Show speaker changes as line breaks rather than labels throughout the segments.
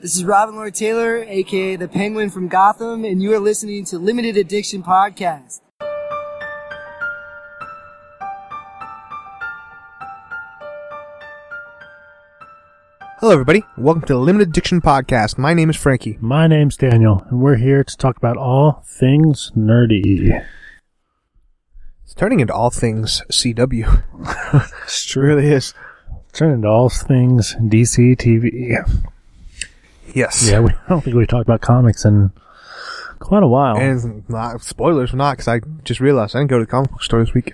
This is Robin Lord Taylor, aka the Penguin from Gotham, and you are listening to Limited Addiction Podcast.
Hello, everybody. Welcome to the Limited Addiction Podcast. My name is Frankie.
My name's Daniel, and we're here to talk about all things nerdy.
It's turning into all things CW.
It's
It really is.
Turn into all things DC TV.
Yes.
Yeah, we, I don't think we talked about comics in quite a while.
And not, spoilers or not, because I just realized I didn't go to the comic book store this week.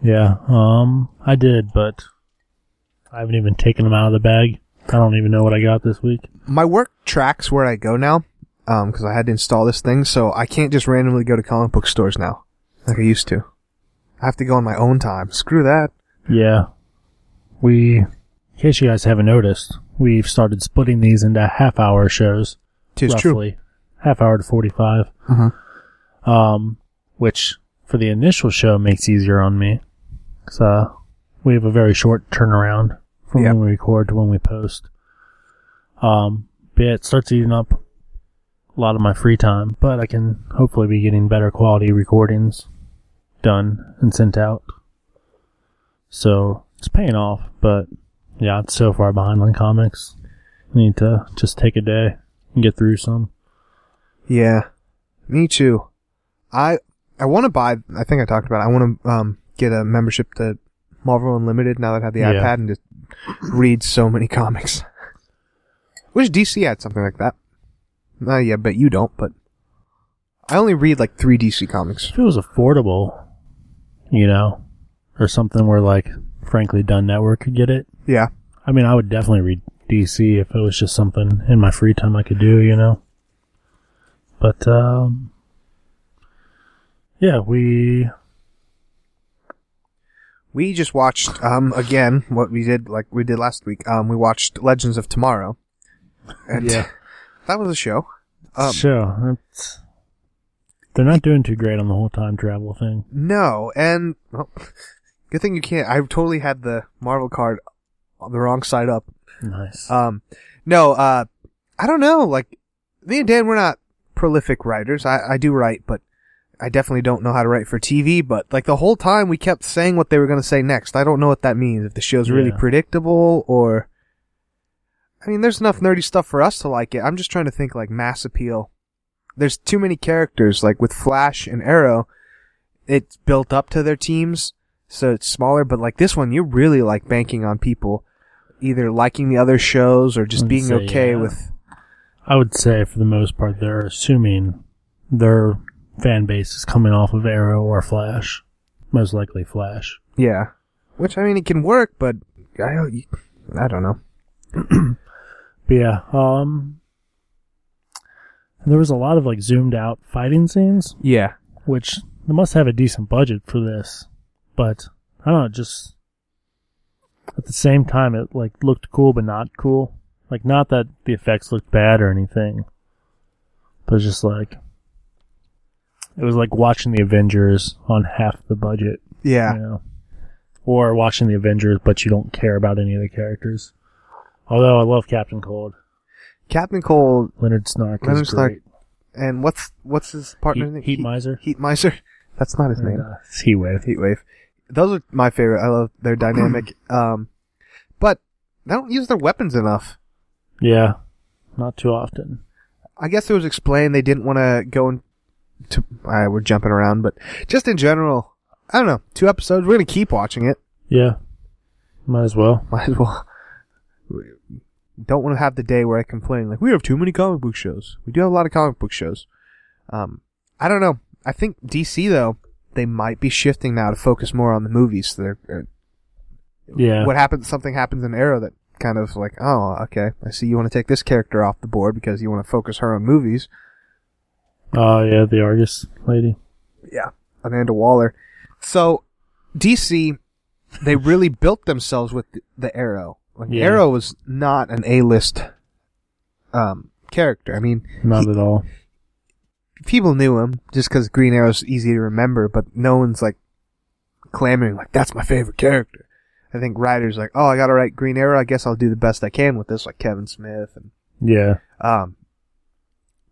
yeah, um, I did, but I haven't even taken them out of the bag. I don't even know what I got this week.
My work tracks where I go now, because I had to install this thing, so I can't just randomly go to comic book stores now, like I used to. I have to go on my own time. Screw that.
Yeah, we. In case you guys haven't noticed, we've started splitting these into half-hour shows.
Tis true.
roughly half hour to 45
Mhm.
um, which for the initial show makes easier on me because uh, we have a very short turnaround from
Yep.
when we record to when we post um, but yeah, it starts eating up a lot of my free time but i can hopefully be getting better quality recordings done and sent out so it's paying off but yeah it's so far behind on comics need to just take a day and get through some
Yeah, me too. I I want to buy. I think I talked about. It, I want to um get a membership to Marvel Unlimited now that I have the
Yeah.
iPad and just read so many comics. Wish DC had something like that. Uh, yeah, but you don't. But I only read like three DC comics.
if it was affordable, you know, or something where like frankly Dun Network could get it.
Yeah,
I mean, I would definitely read DC if it was just something in my free time I could do, you know. But um yeah, we
we just watched um again what we did like we did last week. Um, we watched Legends of Tomorrow. And
Yeah.
that was a show. Um,
so it's, they're not doing too great on the whole time travel thing.
No, and well, good thing you can't. I totally had the Marvel card on the wrong side up.
Nice.
Um, no, uh, I don't know. Like me and Dan, we're not prolific writers. I, I do write, but I definitely don't know how to write for TV. But like the whole time, we kept saying what they were going to say next. I don't know what that means. If the show's really
Yeah.
predictable, or I mean, there's enough nerdy stuff for us to like it. I'm just trying to think like mass appeal. There's too many characters. Like with Flash and Arrow, it's built up to their teams, so it's smaller. But like this one, you're really like banking on people either liking the other shows or just
I'd
being
say,
okay
yeah.
with.
I would say for the most part they're assuming their fan base is coming off of Arrow or Flash, most likely Flash.
Yeah, which I mean, it can work, but I don't. I don't know.
But yeah, um, and there was a lot of like zoomed out fighting scenes,
Yeah,
which they must have a decent budget for this. But I don't know, just at the same time, it like looked cool but not cool. Like not that the effects looked bad or anything, but it's just like it was like watching the Avengers on half the budget,
yeah,
you know, or watching the Avengers but you don't care about any of the characters. Although I love Captain Cold.
Captain Cold
Leonard Snark
Leonard
is
Snark,
great.
and what's what's his partner's
Heat-
name?
Heat Miser.
Heat Miser. That's not his
And,
name.
uh, Sea Wave.
Heat Wave. Those are my favorite. I love their dynamic. um, but they don't use their weapons enough.
Yeah, not too often.
I guess it was explained they didn't want to go into. I we're jumping around, but just in general, I don't know. Two episodes. We're gonna keep watching it.
Yeah, might as well.
Might as well. Don't want to have the day where I complain like we have too many comic book shows. We do have a lot of comic book shows. Um, I don't know. I think DC though they might be shifting now to focus more on the movies. They're, uh,
Yeah,
What happens? Something happens in Arrow that kind of like, oh, okay, I see you want to take this character off the board because you want to focus her on movies.
oh yeah, the Argus lady.
Yeah. Amanda Waller. So, DC, they really built themselves with the, the Arrow. Like,
Yeah.
Arrow was not an A-list um, character. I mean,
Not
he-
at all.
people knew him just because Green Arrow's easy to remember, but no one's like clamoring like that's my favorite character. I think writers like, oh, I gotta write Green Arrow. I guess I'll do the best I can with this, like Kevin Smith and
Yeah.
Um,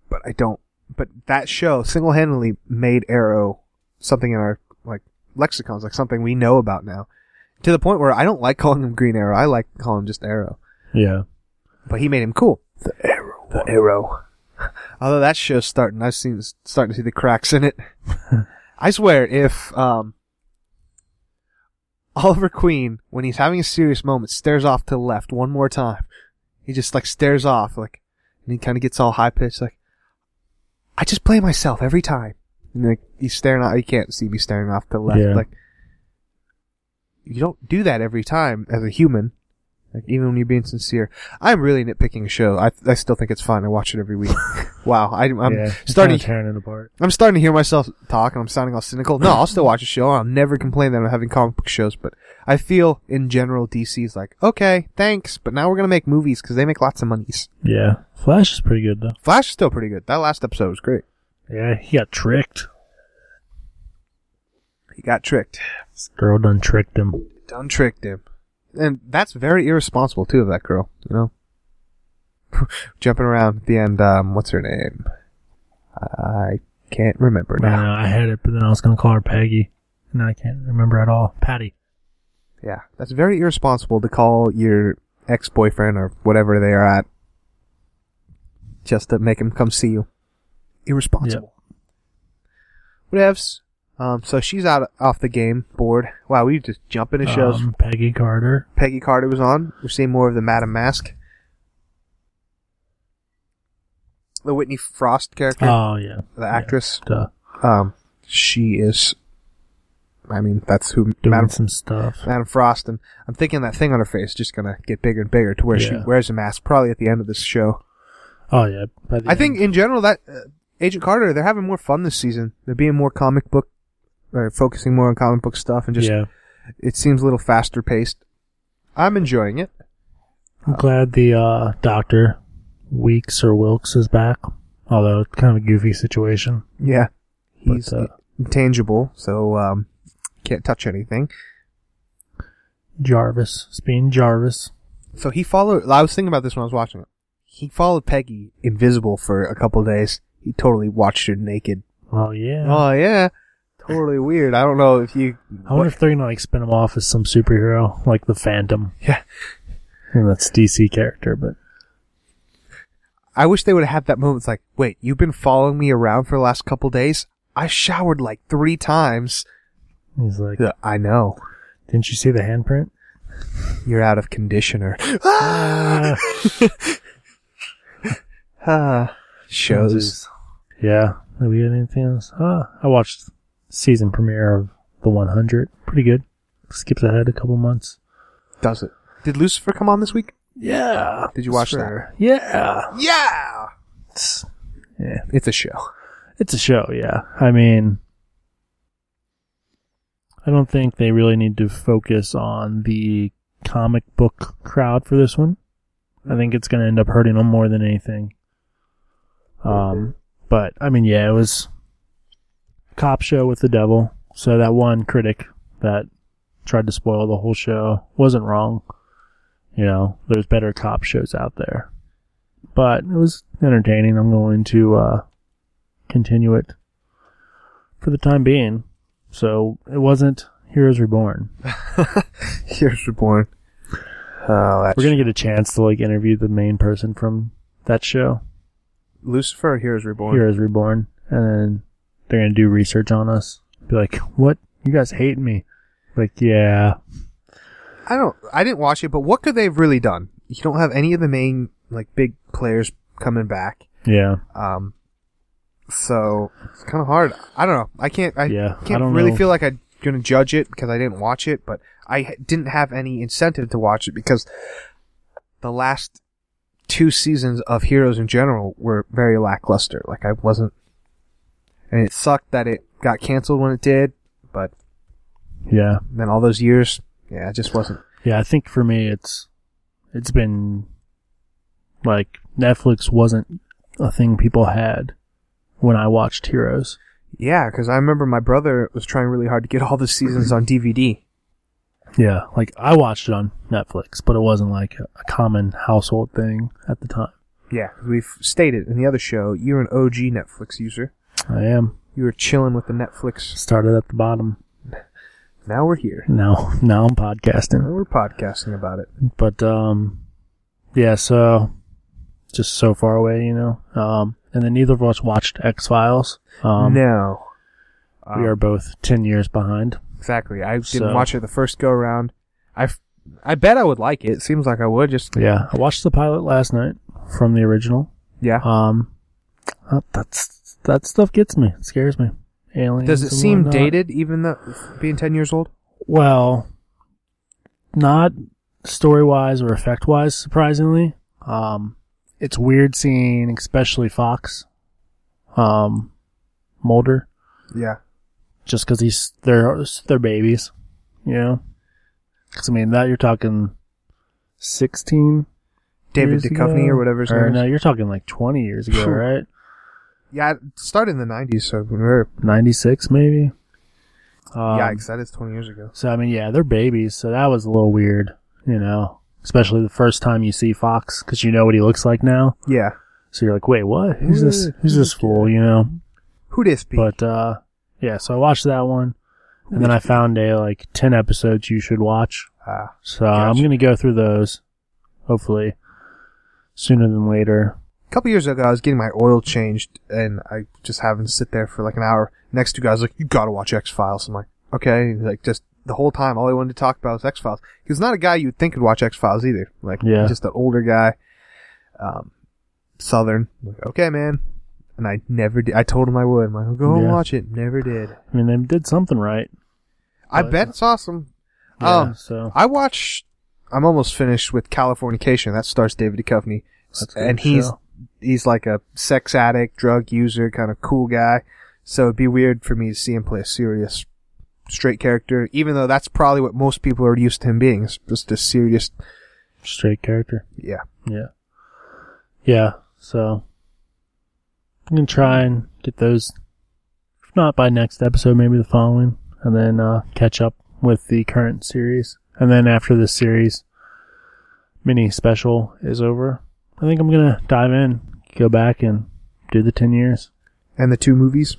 but I don't. But that show single-handedly made Arrow something in our like lexicons, like something we know about now, to the point where I don't like calling him Green Arrow. I like calling him just Arrow.
Yeah.
But he made him cool. The Arrow. The Arrow. Although that show's starting, I've seen starting to see the cracks in it. I swear, if um, Oliver Queen, when he's having a serious moment, stares off to the left one more time, he just like stares off, like, and he kind of gets all high pitched, like, I just play myself every time. And like he's staring out, you can't see me staring off to the left.
Yeah.
Like, you don't do that every time as a human. Like even when you're being sincere, I'm really nitpicking a show. I I still think it's fun. I watch it every week. wow, I, I'm
yeah. It's
starting
kinda tearing it apart.
I'm starting to hear myself talk and I'm sounding all cynical. No, I'll still watch a show. I'll never complain that I'm having comic book shows, but I feel in general DC is like, okay, thanks, but now we're going to make movies because they make lots of monies.
Yeah. Flash is pretty good though.
Flash is still pretty good. That last episode was great.
Yeah, he got tricked.
He got tricked.
Girl done tricked him.
Done tricked him. And that's very irresponsible too of that girl, you know? Jumping around at the end, um, what's her name? I can't remember
I,
now.
know, I had it, but then I was gonna call her Peggy, and I can't remember at all. Patty.
Yeah, that's very irresponsible to call your ex boyfriend or whatever they are at just to make him come see you. Irresponsible. Whatevs. Um, so she's out off the game board. Wow, we just jump into shows.
Um, Peggy Carter.
Peggy Carter was on. We're seeing more of the Madam Mask. The Whitney Frost character,
Oh yeah.
the actress.
Duh.
Um, she is. I mean, that's who
Doing
Madam
some stuff.
Madam Frost, and I'm thinking that thing on her face is just gonna get bigger and bigger to where she
Yeah.
wears a mask probably at the end of this show.
Oh yeah. by the
I think
end.
in general that uh, Agent Carter, they're having more fun this season. They're being more comic book, or focusing more on comic book stuff, and just
yeah.
it seems a little faster paced. I'm enjoying it.
I'm glad the uh, doctor, Weeks or Wilkes, is back. Although it's kind of a goofy situation.
Yeah,
But,
he's
uh,
intangible, so um, can't touch anything.
Jarvis, it's being Jarvis.
So he followed. I was thinking about this when I was watching it. He followed Peggy invisible for a couple days. He totally watched her naked.
Oh yeah.
Oh yeah, totally weird. I don't know if you.
I wonder if they're gonna like spin him off as some superhero, like the Phantom.
Yeah.
And that's DC character, but
I wish they would have had that moment. It's like, wait, you've been following me around for the last couple days. I showered like three times.
he's like,
Yeah, I know
didn't you see the handprint?
you're out of conditioner.
Ah.
Ah, shows.
yeah. Have we got anything else? Uh, I watched season premiere of The 100. Pretty good. Skips ahead a couple months.
Does it? Did Lucifer come on this week?
Yeah.
Did you watch
Sure. Yeah.
that? Yeah.
It's, yeah.
It's a show.
It's a show, yeah. I mean, I don't think they really need to focus on the comic book crowd for this one. I think it's going to end up hurting them more than anything. Um, but I mean, yeah, it was a cop show with the devil. So that one critic that tried to spoil the whole show wasn't wrong. You know, there's better cop shows out there. But it was entertaining. I'm going to uh, continue it for the time being. So it wasn't Heroes Reborn.
Here's reborn. Oh, that's
We're gonna get a chance to like interview the main person from that show,
Lucifer. or Here's reborn.
Heroes Reborn, and then they're gonna do research on us. Be like, what? You guys hate me? Like, yeah,
I don't. I didn't watch it, but what could they have really done? You don't have any of the main like big players coming back.
yeah,
Um, so it's kind of hard. I don't know. I can't. I
Yeah, I
can't
don't
really
know.
feel like I'm gonna judge it because I didn't watch it, but I h- didn't have any incentive to watch it because the last two seasons of Heroes in general were very lackluster. Like I wasn't, and it sucked that it got canceled when it did. But
yeah,
then all those years, yeah, it just wasn't.
yeah. I think for me, it's it's been like Netflix wasn't a thing people had when I watched Heroes.
Yeah, because I remember my brother was trying really hard to get all the seasons on DVD.
Yeah, like I watched it on Netflix, but it wasn't like a common household thing at the time.
Yeah, 'cause we've stated in the other show, you're an OG Netflix user.
I am.
You were chilling with the Netflix.
Started at the bottom.
Now we're here.
Now, now I'm
Now
podcasting.
we're podcasting about it.
But, um, yeah, so just so far away, you know. Um, and then neither of us watched X Files. Um,
now, Um,
we are both 10 years behind.
Exactly. I didn't
So-
watch it the first go around. I, f- I bet I would like it. Seems like I would. Just
Yeah. I watched the pilot last night from the original.
yeah.
Um, uh, that's, that stuff gets me. It scares me. Aliens.
Does it
and
seem
whatnot.
dated, even though being ten years old?
Well, not story wise or effect wise, surprisingly. Um, it's weird seeing, especially Fox, um, Mulder,
Yeah.
just because he's they're they're babies, you know. Because I mean that you're talking sixteen.
David
years
Duchovny
ago?
or whatever his
Or
name
no,
is.
you're talking like twenty years ago,
Phew.
right?
Yeah, it started in the '90s, so we were,
Ninety six, maybe. Um,
yikes, that is 20 years ago.
So I mean, yeah, they're babies, so that was a little weird, you know. Especially the first time you see Fox, because you know what he looks like now.
Yeah.
So you're like, wait, what? Who's
Who
this?
is
Who's this
this
fool? You know.
Who this be?
But uh, yeah, so I watched that one, and then I found a like ten episodes you should watch.
Ah,
So I'm
Gotcha.
gonna go through those, hopefully, sooner than later.
a couple years ago, I was getting my oil changed, and I just happened to sit there for like an hour. Next to guys like, you gotta watch X Files. I'm like, okay, like just the whole time, all I wanted to talk about was X Files. He was not a guy you'd think would watch X Files either. Like,
Yeah.
just an older guy, um, Southern. I'm like, okay, man. And I never did. I told him I would. I'm like, go and
Yeah.
watch it. Never did.
I mean, they did something right.
I
But-
bet it's awesome.
Yeah,
Um,
so
I watched. I'm almost finished with Californication. That stars David Duchovny,
That's a
and
good
he's
show.
he's like a sex addict, drug user, kind of cool guy. So it'd be weird for me to see him play a serious straight character, even though that's probably what most people are used to him being. It's just a serious,
straight character.
yeah.
Yeah. Yeah, so I'm gonna try and get those if not by next episode, maybe the following, and then uh catch up with the current series. And then after this series mini special is over, I think I'm gonna dive in, go back and do the ten years
And the two movies.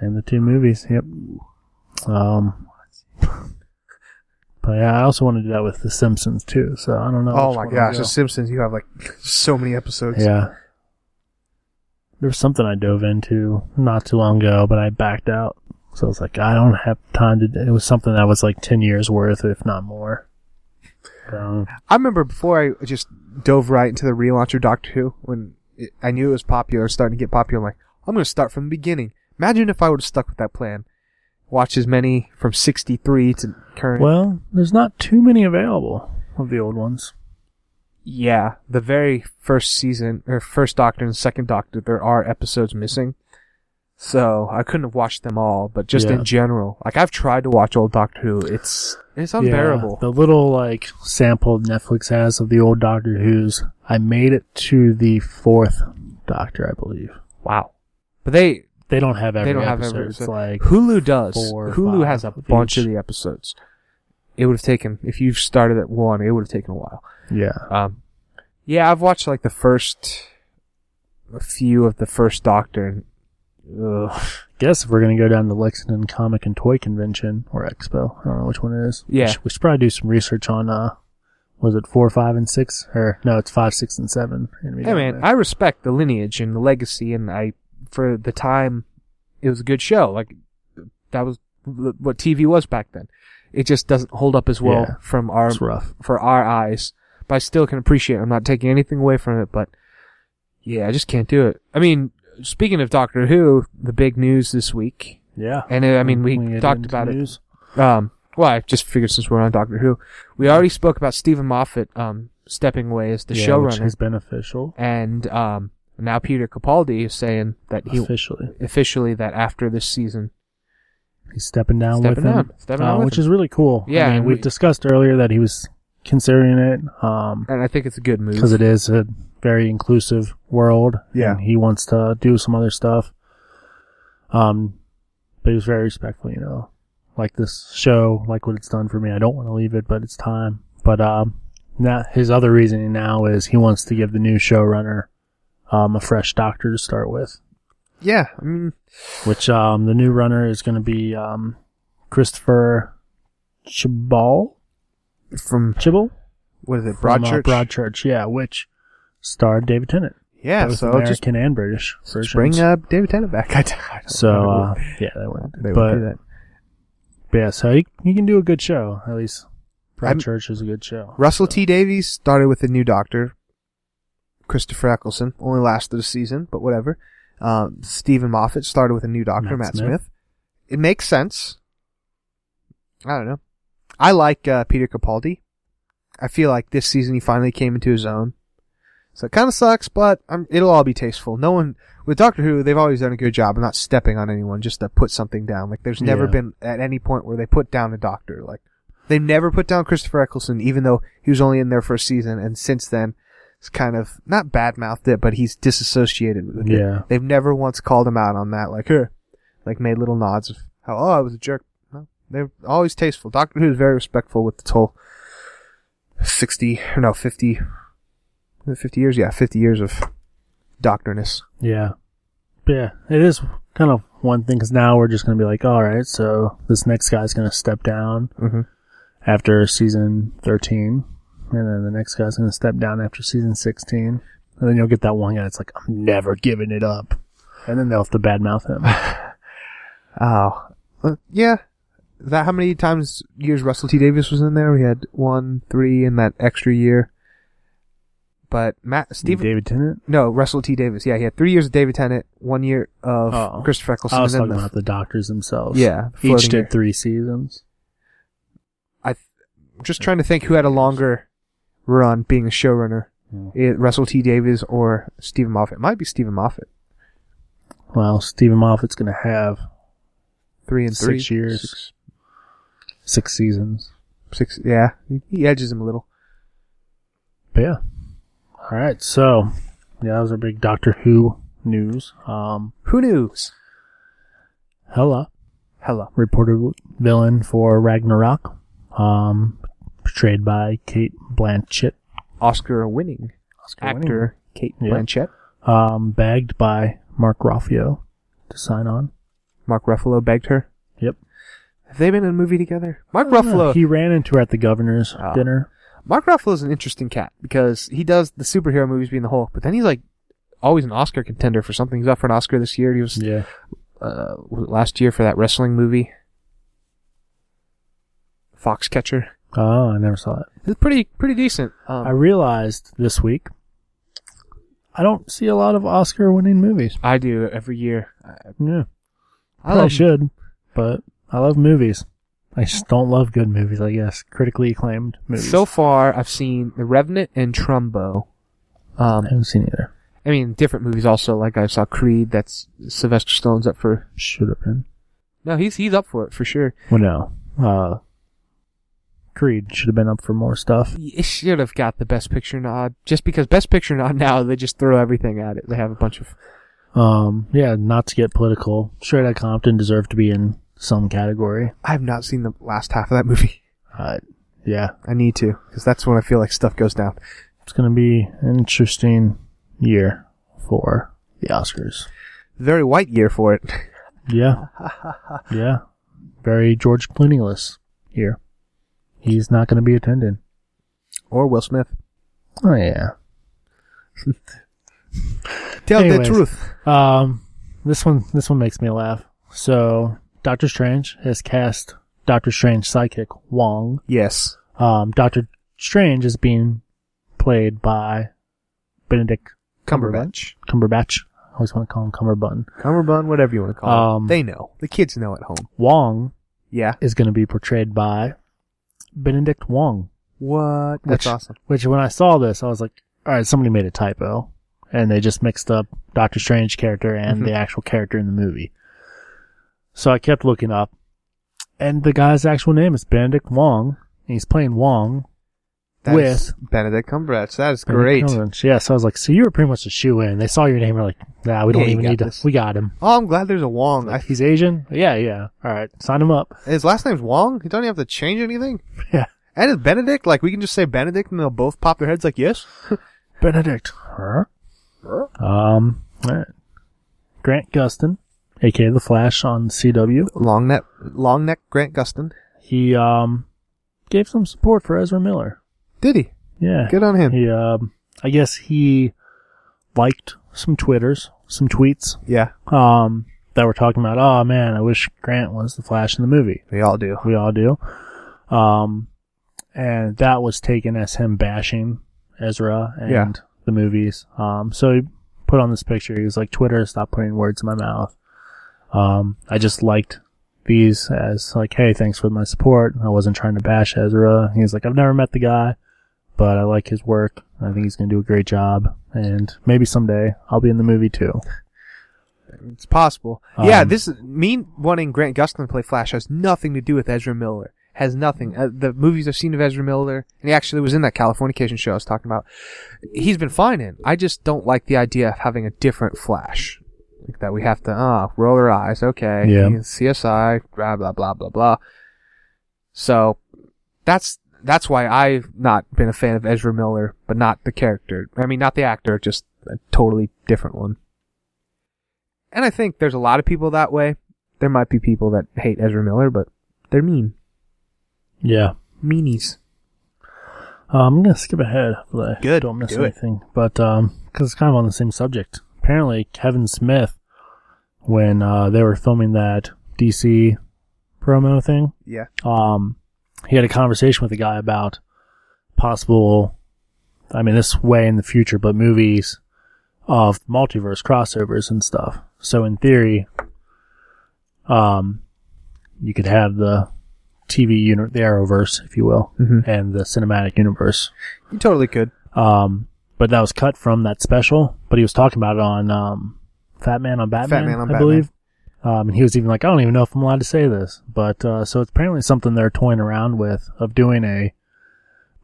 and the two movies. Yep. Um But yeah, I also want to do that with The Simpsons too, so I don't know.
Oh
which
my
one I'll
gosh,
go.
The Simpsons! You have like so many episodes.
Yeah. There was something I dove into not too long ago, but I backed out. So I was like, I don't have time to. It was something that was like 10 years worth, if not more. Um,
I remember before I just dove right into the relaunch of Doctor Who when it, I knew it was popular, starting to get popular. I'm like, I'm going to start from the beginning. Imagine if I would have stuck with that plan. Watch as many from 63 to current.
well, there's not too many available of the old ones.
Yeah, the very first season, or first Doctor and second Doctor, there are episodes missing. So I couldn't have watched them all, but just
Yeah.
in general, like I've tried to watch old Doctor Who, it's it's unbearable.
Yeah, the little like sample Netflix has of the old Doctor Who's. I made it to the fourth Doctor, I believe.
Wow, but they
They don't have every
they don't
episode.
have every
It's
episode.
like
Hulu does.
four or
Hulu
five
has a
of
bunch
each.
of the episodes. It would have taken if you started at one, it would have taken a while.
yeah.
Um, yeah, I've watched like the first a few of the first Doctor. And, ugh.
guess if we're going to go down to Lexington Comic and Toy Convention or Expo, I don't know which one it is. We
Yeah.
should- We should probably do some research on, uh, was it four, five, and six? Or, no, it's five, six, and seven. We're gonna be
Hey
down
man,
there.
I respect the lineage and the legacy, and I for the time, it was a good show. Like that was what TV was back then. It just doesn't hold up as well
Yeah.
from our
It's rough.
for our eyes, but I still can appreciate. It. I'm not taking anything away from it, but yeah, I just can't do it. I mean, speaking of Doctor Who, the big news this week,
Yeah.
and uh, I mean, we
get
talked
into
about it.
news.
Um, well, I just figured since we're on Doctor Who, we already spoke about Stephen Moffat um, stepping away as the
Yeah, Which
showrunner,
is beneficial.
and um, now Peter Capaldi is saying that he
officially.
officially that after this season,
He's stepping down
Stepping
with him.
down. Stepping
uh,
down with
which
him.
is really cool.
Yeah,
I mean,
and
we've
we-
discussed earlier that he was considering it. Um,
and I think it's a good move.
because it is a very inclusive world.
Yeah.
and he wants to do some other stuff. Um, but he was very respectful, you know, like this show, like what it's done for me. I don't want to leave it, but it's time. But um, now his other reasoning now is he wants to give the new showrunner um, a fresh doctor to start with.
Yeah, I mean,
Which um, the new runner is going to be um, Christopher Chibal.
from
Chibal
what is it,
From, uh,
Broadchurch?
Broadchurch, yeah, which starred David Tennant,
yeah,
both
so
American
just
and British versions.
bring uh, David Tennant back. I, d- I don't
so
know.
uh, yeah, they wouldn't.
they would
but
do that.
yeah, so he, he can do a good show. At least
I'm-
Broadchurch is a good show.
Russell
So-
T Davies started with a new doctor, Christopher Eccleston. Only lasted a season, but whatever. Um, Stephen Moffat started with a new doctor, Matt,
Matt
Smith.
Smith.
It makes sense. I don't know. I like uh, Peter Capaldi. I feel like this season he finally came into his own. So it kind of sucks, but um it'll all be tasteful. No one with Doctor Who, they've always done a good job of not stepping on anyone just to put something down. Like there's never
Yeah.
been at any point where they put down a doctor. Like they never put down Christopher Eccleston, even though he was only in there for a season, and since then, it's kind of not bad mouthed it, but he's disassociated with it.
Yeah.
They've never once called him out on that, like her, like made little nods of how oh I was a jerk. No, they're always tasteful. Doctor Who is very respectful with its whole sixty or no fifty, is it fifty years, yeah, fifty years of doctorness.
Yeah. But yeah, it is kind of one thing because now we're just going to be like, all right, so this next guy's going to step down
Mm-hmm.
after season 13, and then the next guy's going to step down after season 16. And then you'll get that one guy that's like, I'm never giving it up. And then they'll have to badmouth him.
Oh, Uh, yeah. That how many times years Russell T Davis was in there? We had one, three, and that extra year. But Matt Stephen
David Tennant?
No, Russell T. Davis. Yeah, he had three years of David Tennant, one year of
Oh.
Christopher Eccleston.
I was
and then
talking
the-
about the doctors themselves.
Yeah,
Each
floating
did
year.
three seasons.
I th- I'm just trying to think who had a longer run being a showrunner.
Hmm.
It, Russell T. Davis or Stephen Moffat. It might be Stephen Moffat.
Well, Stephen Moffat's going to have
Three and three.
Six years.
Six,
six seasons.
six- yeah. He, he edges him a little.
But yeah. All right. So, yeah, that was our big Doctor Who news. Um,
Who knows?
Hela,
Hello.
reported villain for Ragnarok, um, portrayed by Kate Blanchett,
Oscar winning
Oscar winning.
actor Kate
Yeah.
Blanchett.
um, bagged by Mark Ruffalo to sign on.
Mark Ruffalo begged her.
Yep.
Have they been in a movie together? Mark
Oh, Yeah,
Ruffalo.
He ran into her at the governor's
Ah.
dinner.
Mark Ruffalo is an interesting cat because he does the superhero movies being the Hulk, but then he's like always an Oscar contender for something. He's up for an Oscar this year. He was,
Yeah.
uh, was it last year for that wrestling movie, Foxcatcher.
Oh, I never saw it.
It's pretty pretty decent. Um,
I realized this week I don't see a lot of Oscar winning movies.
I do every year. Um, I,
Yeah.
I
I
love
should, but I love movies. I just don't love good movies, I guess. Critically acclaimed movies.
So far, I've seen The Revenant and Trumbo.
I
Um,
haven't seen either.
I mean, different movies also. Like I saw Creed. That's Sylvester Stallone's up for.
Should have been.
No, he's he's up for it for sure.
Well, no. Uh, Creed should have been up for more stuff.
It should have got the Best Picture nod, just because Best Picture nod now they just throw everything at it. They have a bunch of
Um, yeah, not to get political. Straight Outta Compton deserved to be in some category.
I have not seen the last half of that movie.
Uh, yeah,
I need to, because that's when I feel like stuff goes down.
it's going to be an interesting year for the Oscars.
Very white year for it.
Yeah. yeah. Very George Clooney-less year. He's not going to be attending.
Or Will Smith.
Oh, yeah.
Tell
Anyways.
the truth.
Um, this one, this one makes me laugh. So, Doctor Strange has cast Doctor Strange sidekick Wong.
Yes.
Um, Doctor Strange is being played by Benedict
Cumberbatch.
Cumberbatch. I always want to call him Cumberbun.
Cumberbun, whatever you want to call
Um,
it. They know. The kids know at home.
Wong
Yeah.
is going to be portrayed by Benedict Wong.
What? That's
which-
awesome.
Which, when I saw this, I was like, all right, somebody made a typo, and they just mixed up Doctor Strange character and
Mm-hmm.
the actual character in the movie. So I kept looking up, and the guy's actual name is Benedict Wong, and he's playing Wong.
That
with-
is Benedict Cumberbatch. That is great.
Benedict Cumberbatch. Yeah, so I was like, so you were pretty much a shoe in. They saw your name, and were like, nah, we don't
Yeah, you
even
got
need
this.
to. We got him.
Oh, I'm glad there's a Wong. I,
Like, he's Asian. Yeah, yeah. All right, sign him up.
his last name's Wong. He don't even have to change anything.
Yeah,
And it's Benedict. Like we can just say Benedict, and they'll both pop their heads like yes.
Benedict. Huh? Um, all right. Grant Gustin, aka The Flash on CW,
Long neck, long neck Grant Gustin.
he um gave some support for Ezra Miller.
Did he?
Yeah,
Good on him.
He um, I guess he liked some twitters, some tweets
yeah,
um that were talking about, oh man, I wish Grant was The Flash in the movie.
we all do.
We all do. Um, and that was taken as him bashing Ezra and
Yeah.
the movies. Um, so he put on this picture. He was like, Twitter, stop putting words in my mouth. Um, I just liked these as like, hey, thanks for my support. I wasn't trying to bash Ezra. He's like, I've never met the guy, but I like his work. I think he's going to do a great job. And maybe someday I'll be in the movie too.
It's possible. yeah,
Um,
this me wanting Grant Gustin to play Flash has nothing to do with Ezra Miller. Has nothing. Uh, the movies I've seen of Ezra Miller, and he actually was in that Californication show I was talking about. He's been fine in. I just don't like the idea of having a different Flash. Like that we have to ah roll our eyes. Okay,
Yeah.
he's CSI, blah blah blah blah blah. So that's that's why I've not been a fan of Ezra Miller, but not the character. I mean, not the actor, just a totally different one. And I think there's a lot of people that way. There might be people that hate Ezra Miller, but they're mean.
Yeah.
Meanies.
Um, I'm gonna skip ahead. Hopefully, I
Good,
Don't miss
do it.
anything. But um, because it's kind of on the same subject. Apparently, Kevin Smith, when uh, they were filming that DC promo thing,
Yeah.
um, he had a conversation with a guy about possible. I mean, this way in the future, but movies of multiverse crossovers and stuff. So in theory, um, you could have the TV unit, the Arrowverse, if you will,
Mhm.
and the cinematic universe.
You totally could.
Um, but that was cut from that special. But he was talking about it on um, Fat Man on Batman,
Man on
I
Batman.
believe. Um, and he was even like, I don't even know if I'm allowed to say this, but uh, so it's apparently something they're toying around with of doing a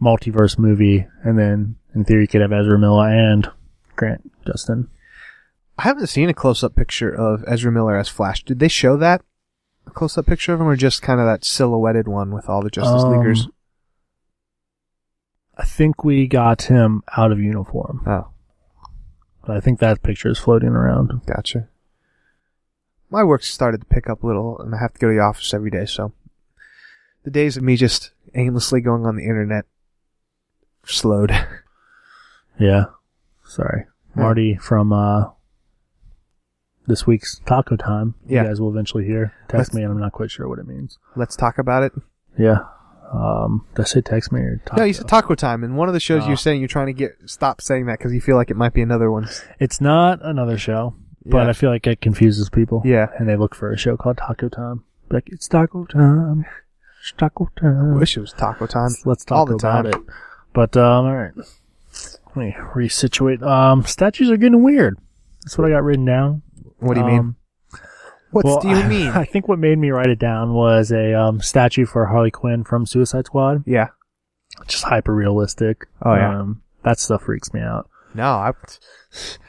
multiverse movie, and then in theory you could have Ezra Miller and Grant Justin.
I haven't seen a close up picture of Ezra Miller as Flash. Did they show that? A close up picture of him, or just kind of that silhouetted one with all the Justice
Um,
Leaguers?
I think we got him out of uniform.
Oh,
I think that picture is floating around.
gotcha. My work's started to pick up a little, and I have to go to the office every day, so the days of me just aimlessly going on the internet slowed.
Yeah. Sorry.
Yeah.
Marty from uh this week's Taco Time.
Yeah.
You guys will eventually hear.
Let's-
Text me and I'm not quite sure what it means.
Let's talk about it.
Yeah. Um did I say text me or taco?
No, you said taco time, and one of the shows
Oh.
you're saying you're trying to get stop saying that because you feel like it might be another one.
it's not another show, but
Yeah.
I feel like it confuses people.
Yeah.
And they look for a show called Taco Time. Like it's Taco Time. It's Taco
I
Time.
wish it was taco time.
Let's, Hmm. let's talk
all the
about
time.
it. But um, all right, let me resituate. Um, statues are getting weird. That's what I got written down.
What do you
Um,
mean? What
Well,
do you mean?
I think what made me write it down was a um, statue for Harley Quinn from Suicide Squad,
yeah.
just hyper realistic.
Oh, yeah.
um, that stuff freaks me out.
No, I,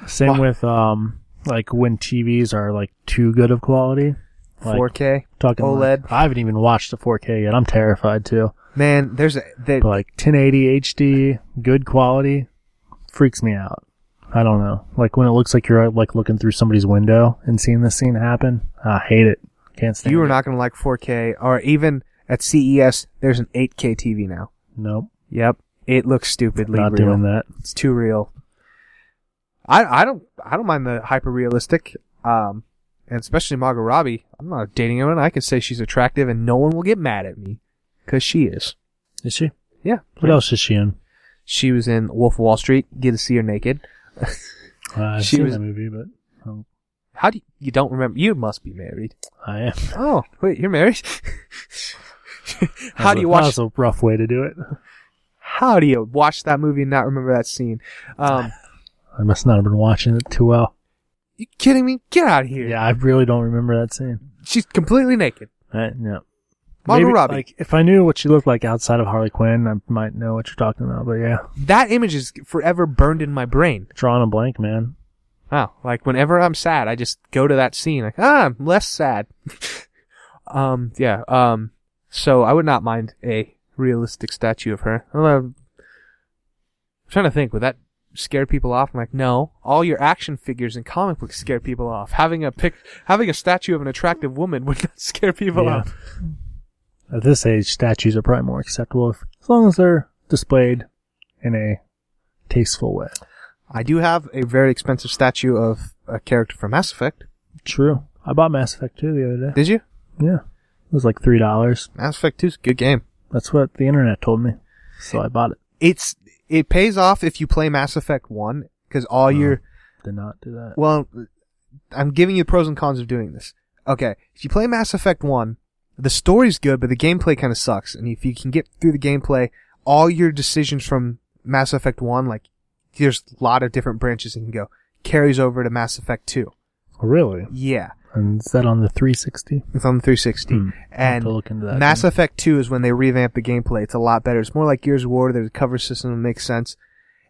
Same
Wha-
with um, like when TVs are like too good of quality. Like,
4K.
talking like-
OLED.
I haven't even watched the 4K yet. I'm terrified too.
Man, there's a they,
But like 1080 HD, good quality, freaks me out. I don't know. Like when it looks like you're like looking through somebody's window and seeing this scene happen, I hate it. Can't stand
you
it.
are not going to like 4K or even at CES. There's an 8K TV now.
Nope.
Yep, it looks stupidly
Not
real.
doing that.
It's too real. I I don't I don't mind the hyper realistic, um, and especially Margot Robbie. I'm not dating anyone. I can say she's attractive, and no one will get mad at me because she is.
Is she?
Yeah.
What else is she in?
She was in Wolf of Wall Street. Get to see her naked.
Uh, I've
She
seen
was-
the movie, but oh,
How do you, you don't remember? You must be married.
I am.
Oh wait, you're married. How
That
do you
was-
watch?
That was a rough way to do it.
How do you watch that movie and not remember that scene? Um,
I must not have been watching it too well.
you kidding me? Get out of here.
Yeah, I really don't remember that scene.
She's completely naked.
I, no.
Margot
Maybe,
Robbie.
Like, if I knew what she looked like outside of Harley Quinn, I might know what you're talking about. But yeah,
That image is forever burned in my brain.
drawing a blank, man.
Oh, like whenever I'm sad, I just go to that scene. Like, ah, I'm less sad. um, yeah. Um, so I would not mind a realistic statue of her. I'm, uh, I'm trying to think. Would that scare people off. I'm like, no, all your action figures and comic books scare people off. Having a pic, having a statue of an attractive woman would not scare people
Yeah.
off.
At this age, statues are probably more acceptable if, as long as they're displayed in a tasteful way.
I do have a very expensive statue of a character from Mass Effect.
True. I bought Mass Effect 2 the other day.
Did you?
Yeah. It was like $3.
Mass Effect 2 is a good game.
That's what the internet told me. So I bought it.
It's, it pays off if you play Mass Effect 1, because all
Uh-huh.
your,
Uh, Did not do that.
Well, I'm giving you the pros and cons of doing this. Okay, if you play Mass Effect 1, the story's good, but the gameplay kind of sucks. And if you can get through the gameplay, all your decisions from Mass Effect 1, like, there's a lot of different branches you can go, carries over to Mass Effect 2.
Really?
Yeah,
And is that on the 360?
it's on the 360.
Hmm, I'll have
And
to look into that
Mass
then.
Effect 2 is when they revamp the gameplay. It's a lot better. It's more like Gears of War. There's a cover system that makes sense.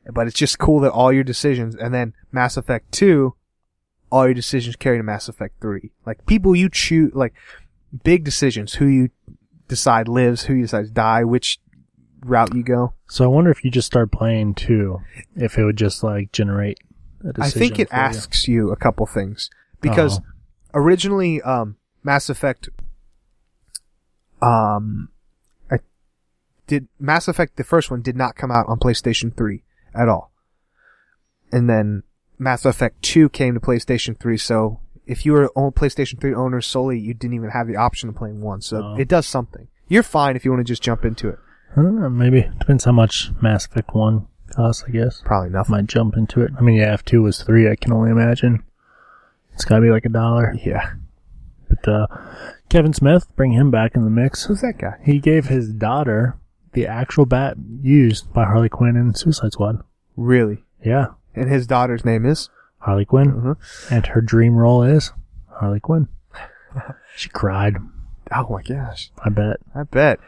But it's just cool that all your decisions, and then Mass Effect 2, all your decisions carry to Mass Effect 3. Like, people you choose, like, big decisions, who you decide lives, who you decide to die, which route you go.
So I wonder if you just start playing 2, if it would just like generate a
I
decision.
think it
for you.
asks you a couple things. Because
Oh.
originally, um, Mass Effect, um, I did Mass Effect the first one did not come out on PlayStation 3 at all, and then Mass Effect 2 came to PlayStation 3. So if you were a PlayStation 3 owner solely, you didn't even have the option of playing one. So
Oh.
it does something. You're fine if you want to just jump into it.
I don't know, maybe. Depends how much Mass Effect 1 costs, I guess.
Probably
I
nothing.
might jump into it. I mean, yeah, if 2 was 3, I can only imagine. It's gotta be like a dollar.
Yeah.
But, uh, Kevin Smith, bring him back in the mix.
Who's that guy?
He gave his daughter the actual bat used by Harley Quinn in Suicide Squad.
Really?
Yeah,
And his daughter's name is.
Harley Quinn.
Mhm.
And her dream role is Harley Quinn. she cried,
Oh my gosh!
I bet.
I bet.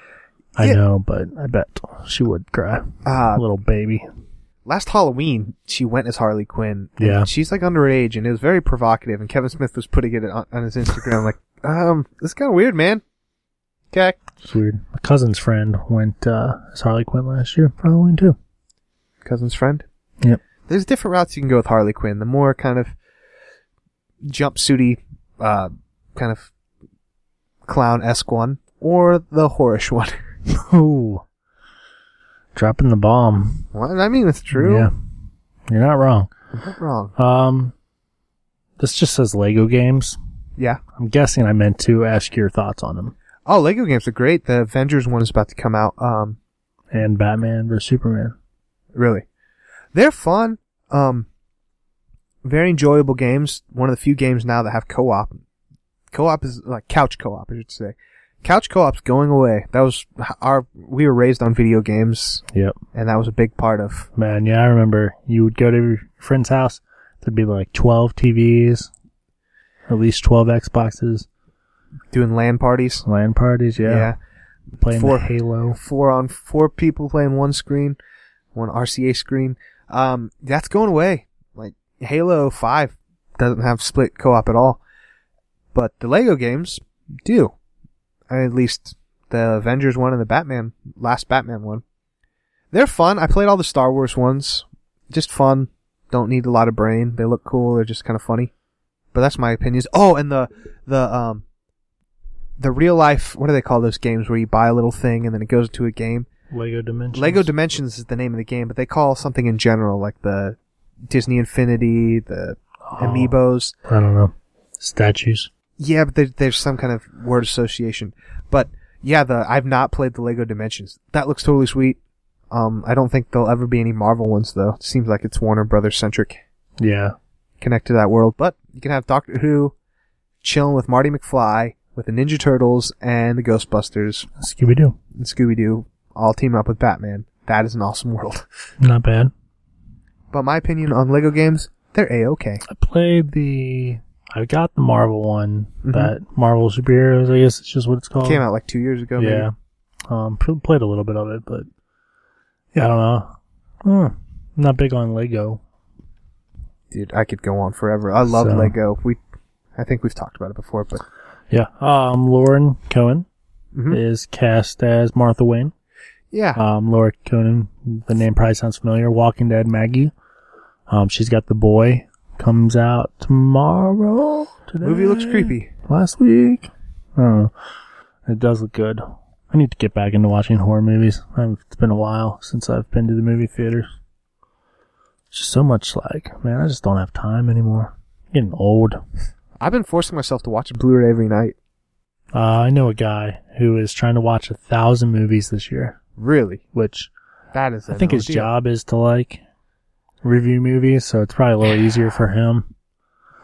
I
Yeah.
know, but I bet she would cry.
Uh,
Little baby.
last Halloween, she went as Harley Quinn. and
Yeah.
She's like underage and it was very provocative and Kevin Smith was putting it on, on his Instagram like, um, this is kind of weird, man. Okay.
It's weird. My cousin's friend went uh, as Harley Quinn last year for Halloween, too.
Cousin's friend.
Yep.
There's different routes you can go with Harley Quinn. The more kind of jumpsuity, uh, kind of clown-esque one or the whorish one.
Oh. Dropping the bomb.
well, I mean, it's true.
Yeah. You're not wrong.
I'm not wrong.
Um, this just says Lego games.
Yeah.
I'm guessing I meant to ask your thoughts on them.
Oh, Lego games are great. The Avengers one is about to come out. Um,
And Batman versus Superman.
Really. They're fun. Um, very enjoyable games. One of the few games now that have co-op. Co-op is like couch co-op, I should say. Couch co-op's going away. That was h- our, we were raised on video games
Yep.
and that was a big part of,
Man, yeah, I remember you would go to your friend's house. There'd be like 12 TVs, at least 12 Xboxes,
doing LAN parties.
LAN parties, yeah. playing
Four-
the Halo.
Four on four people playing one screen, one RCA screen. Um, that's going away. Like Halo 5 doesn't have split co-op at all. But the Lego games do. I mean, at least the Avengers one and the Batman, last Batman one. They're fun. I played all the Star Wars ones. Just fun. Don't need a lot of brain. They look cool. They're just kind of funny. But that's my opinions. Oh, and the, the, um, the real life, what do they call those games where you buy a little thing and then it goes into a game?
Lego Dimensions.
Lego Dimensions is the name of the game, but they call something in general like the Disney Infinity, the
Oh,
Amiibos.
I don't know. Statues.
Yeah, but there, there's some kind of word association. But yeah, the I've not played the Lego Dimensions. That looks totally sweet. Um, I don't think there'll ever be any Marvel ones though. It seems like it's Warner Brothers centric,
Yeah.
connected to that world. But you can have Doctor Who, chilling with Marty McFly, with the Ninja Turtles and the Ghostbusters
Scooby Doo.
and Scooby Doo all team up with Batman. That is an awesome world.
Not bad.
But my opinion on Lego games, they're a okay.
I played the. I got the Marvel one.
Mhm.
That Marvel superheroes. I guess it's just what it's called.
Came out like two years ago.
Oh. yeah. Um, pl- played a little bit of it, but yeah, I don't know. Hmm. Not big on Lego.
maybe. dude, I could go on forever. I love
So-
Lego. We, I think we've talked about it before, but
Yeah. Um, Lauren Cohen
Mhm.
is cast as Martha Wayne.
yeah,
Uh, Um, Laura Cohen, the name probably sounds familiar. Walking Dead Maggie. Um, she's got the boy comes out tomorrow. Today?
Movie looks creepy.
Last week, oh, it does look good. I need to get back into watching horror movies. I've, it's been a while since I've been to the movie theaters. It's just so much like, man, I just don't have time anymore. getting old.
I've been forcing myself to watch Blu-ray every night.
Uh, I know a guy who is trying to watch a thousand movies this year,
Really,
which
that is.
I
an
think his
ordeal.
job is to like review movies, so it's probably a little easier for him.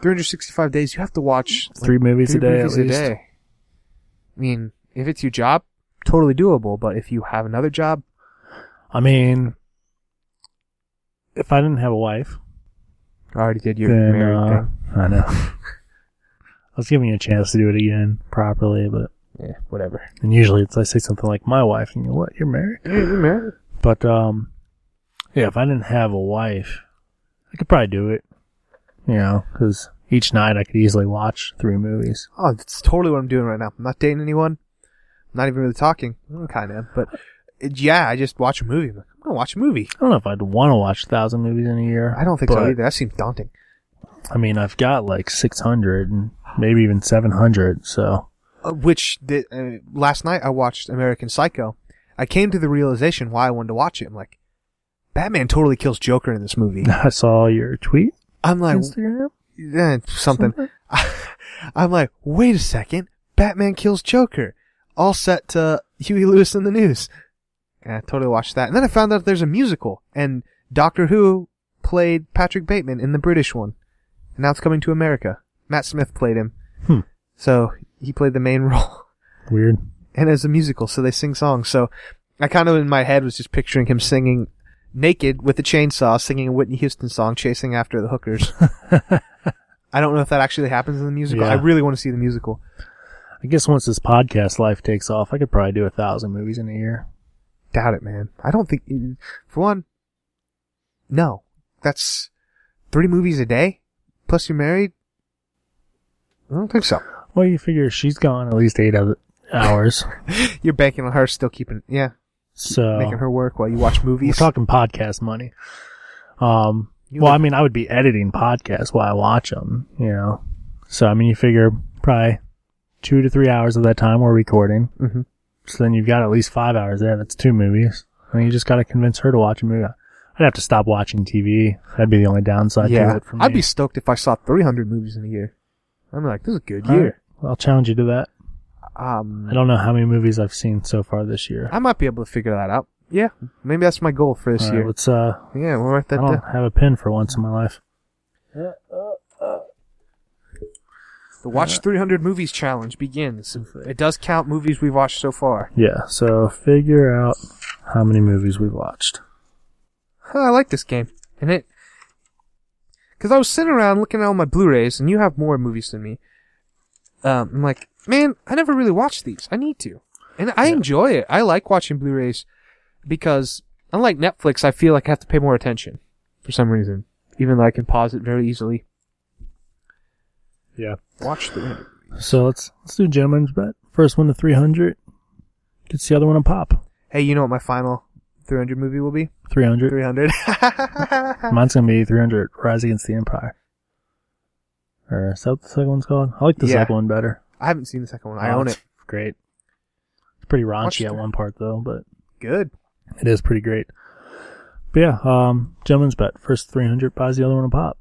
365 days. You have to watch like,
Three movies a
three
day at
movies a
least.
day. I mean, if it's your job, totally doable. But if you have another job,
I mean, if I didn't have a wife,
I already did your
then
married
uh, I know. I was giving you a chance to do it again properly, but
thing. Yeah, whatever.
and usually it's I say something like "my wife" and you're what? You're married?
Yeah, you're married.
But um, yeah, if I didn't have a wife, I could probably do it. You know, because each night I could easily watch three movies.
Oh, that's totally what I'm doing right now. I'm not dating anyone. I'm not even really talking. Kind of, but it, yeah, I just watch a movie. I'm, like, I'm gonna watch a movie.
I don't know if I'd want to watch a thousand movies in a year.
I don't think so
but,
either. That seems daunting.
I mean, I've got like six hundred and maybe even seven hundred. So
Uh, which the, uh, last night I watched American Psycho. I came to the realization why I wanted to watch it. I'm like, Batman totally kills Joker in this movie.
I saw your tweet,
I'm like,
Instagram.
eh, something. I'm like, wait a second, Batman kills Joker. All set to Huey Lewis in the news. And I totally watched that. And then I found out there's a musical, and Doctor Who played Patrick Bateman in the British one. And now it's coming to America. Matt Smith played him,
Hmm.
so he played the main role
Weird.
and it's a musical, so they sing songs. So I kind of in my head was just picturing him singing naked with a chainsaw, singing a Whitney Houston song, chasing after the hookers. I don't know if that actually happens in the musical.
Yeah.
I really want to see the musical.
I guess once this podcast life takes off, I could probably do a thousand movies in a year.
Doubt it, man. I don't think, for one, no. That's three movies a day, plus you're married. I don't think so.
Well, you figure she's gone at least eight other hours.
You're banking on her still keeping, yeah,
So
making her work while you watch
We're
movies.
talking podcast money. Um,
You
well,
would-
I mean, I would be editing podcasts while I watch them, you know. So, I mean, you figure probably two to three hours of that time we're recording.
Mhm.
So then you've got at least five hours there. That's two movies. And you just got to convince her to watch a movie. I'd have to stop watching TV. That'd be the only downside to
yeah,
it for me.
I'd be stoked if I saw 300 movies in a year. I'm like, this is a good
All right.
year.
Well, I'll challenge you to that. I
Um,
don't know how many movies I've seen so far this year.
I might be able to figure that out. Yeah, maybe that's my goal for this
All right,
year.
let's, uh,
yeah, we'll write that
I don't
down.
have a pen for once in my life.
The Watch 300 Movies Challenge begins. It does count movies we've watched so far.
Yeah, so figure out how many movies we've watched.
Huh, I like this game. And it. Because I was sitting around looking at all my Blu rays, and you have more movies than me. Um, I'm like, man, I never really watched these. I need to. And I enjoy it. I like watching Blu rays because, unlike Netflix, I feel like I have to pay more attention for some reason, even though I can pause it very easily.
Yeah.
Watch the.
So let's let's do gentlemen's bet. First one to three hundred. Gets the other one a pop.
Hey, you know what my final 300 movie will be?
Three hundred.
300.
Mine's gonna be three hundred. Rise Against the Empire. Or is that what the second one's called? I like the
Yeah.
second one better.
I haven't seen the second one. I
Oh,
own
it's
it.
Great. It's pretty
Watch
raunchy at
the-
one part though, but
Good.
it is pretty great. But yeah, um, gentlemen's bet. First three hundred buys the other one a pop.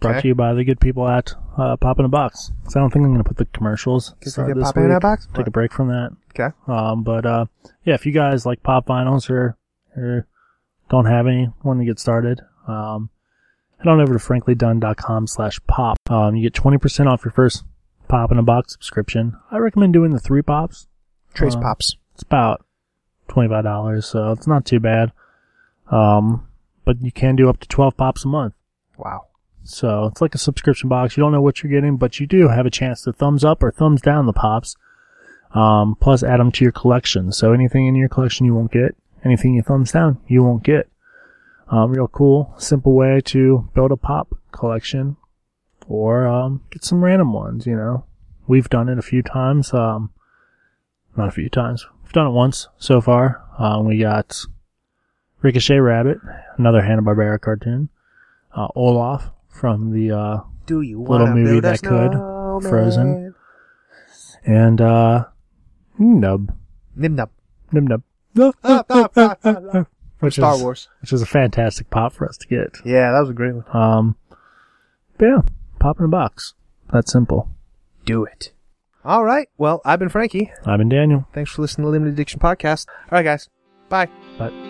Brought
Okay.
to you by the good people at uh, Pop in a Box. So I don't think I'm gonna put the commercials.
Guess we
start
get
this
Pop in a
week.
Box?
Take a break from that.
Okay.
Um, but uh, yeah, if you guys like pop vinyls or, or don't have any, want to get started, um, head on over to franklydone.com slash pop. Um, you get 20% off your first pop in a box subscription. I recommend doing the three pops.
Trace
Uh,
Pops.
It's about $25, so it's not too bad. Um, but you can do up to 12 pops a month.
Wow.
So it's like a subscription box. You don't know what you're getting, but you do have a chance to thumbs up or thumbs down the pops. Um, plus add them to your collection. So anything in your collection you won't get. Anything you thumbs down, you won't get. Um, real cool, simple way to build a pop collection or, um, get some random ones, you know. We've done it a few times. Um, not a few times. We've done it once so Uh, far. Um, we got Ricochet Rabbit, another Hanna-Barbera cartoon. uh, Olaf from the uh,
Do you
Little
want to
movie
build
that
a
could.
snowman?
Frozen. and uh, Nub
Nimnub.
Nub
Up, up, up, up,
Nub,
up.
which
Star
is
Wars.
which is a fantastic pop for us to get.
Yeah, that was a great one.
Um, but yeah, pop in a box. That's simple.
Do it. All right. Well, I've been Frankie.
I've been Daniel.
Thanks for listening to Limited Addiction Podcast. All right, guys. Bye.
Bye.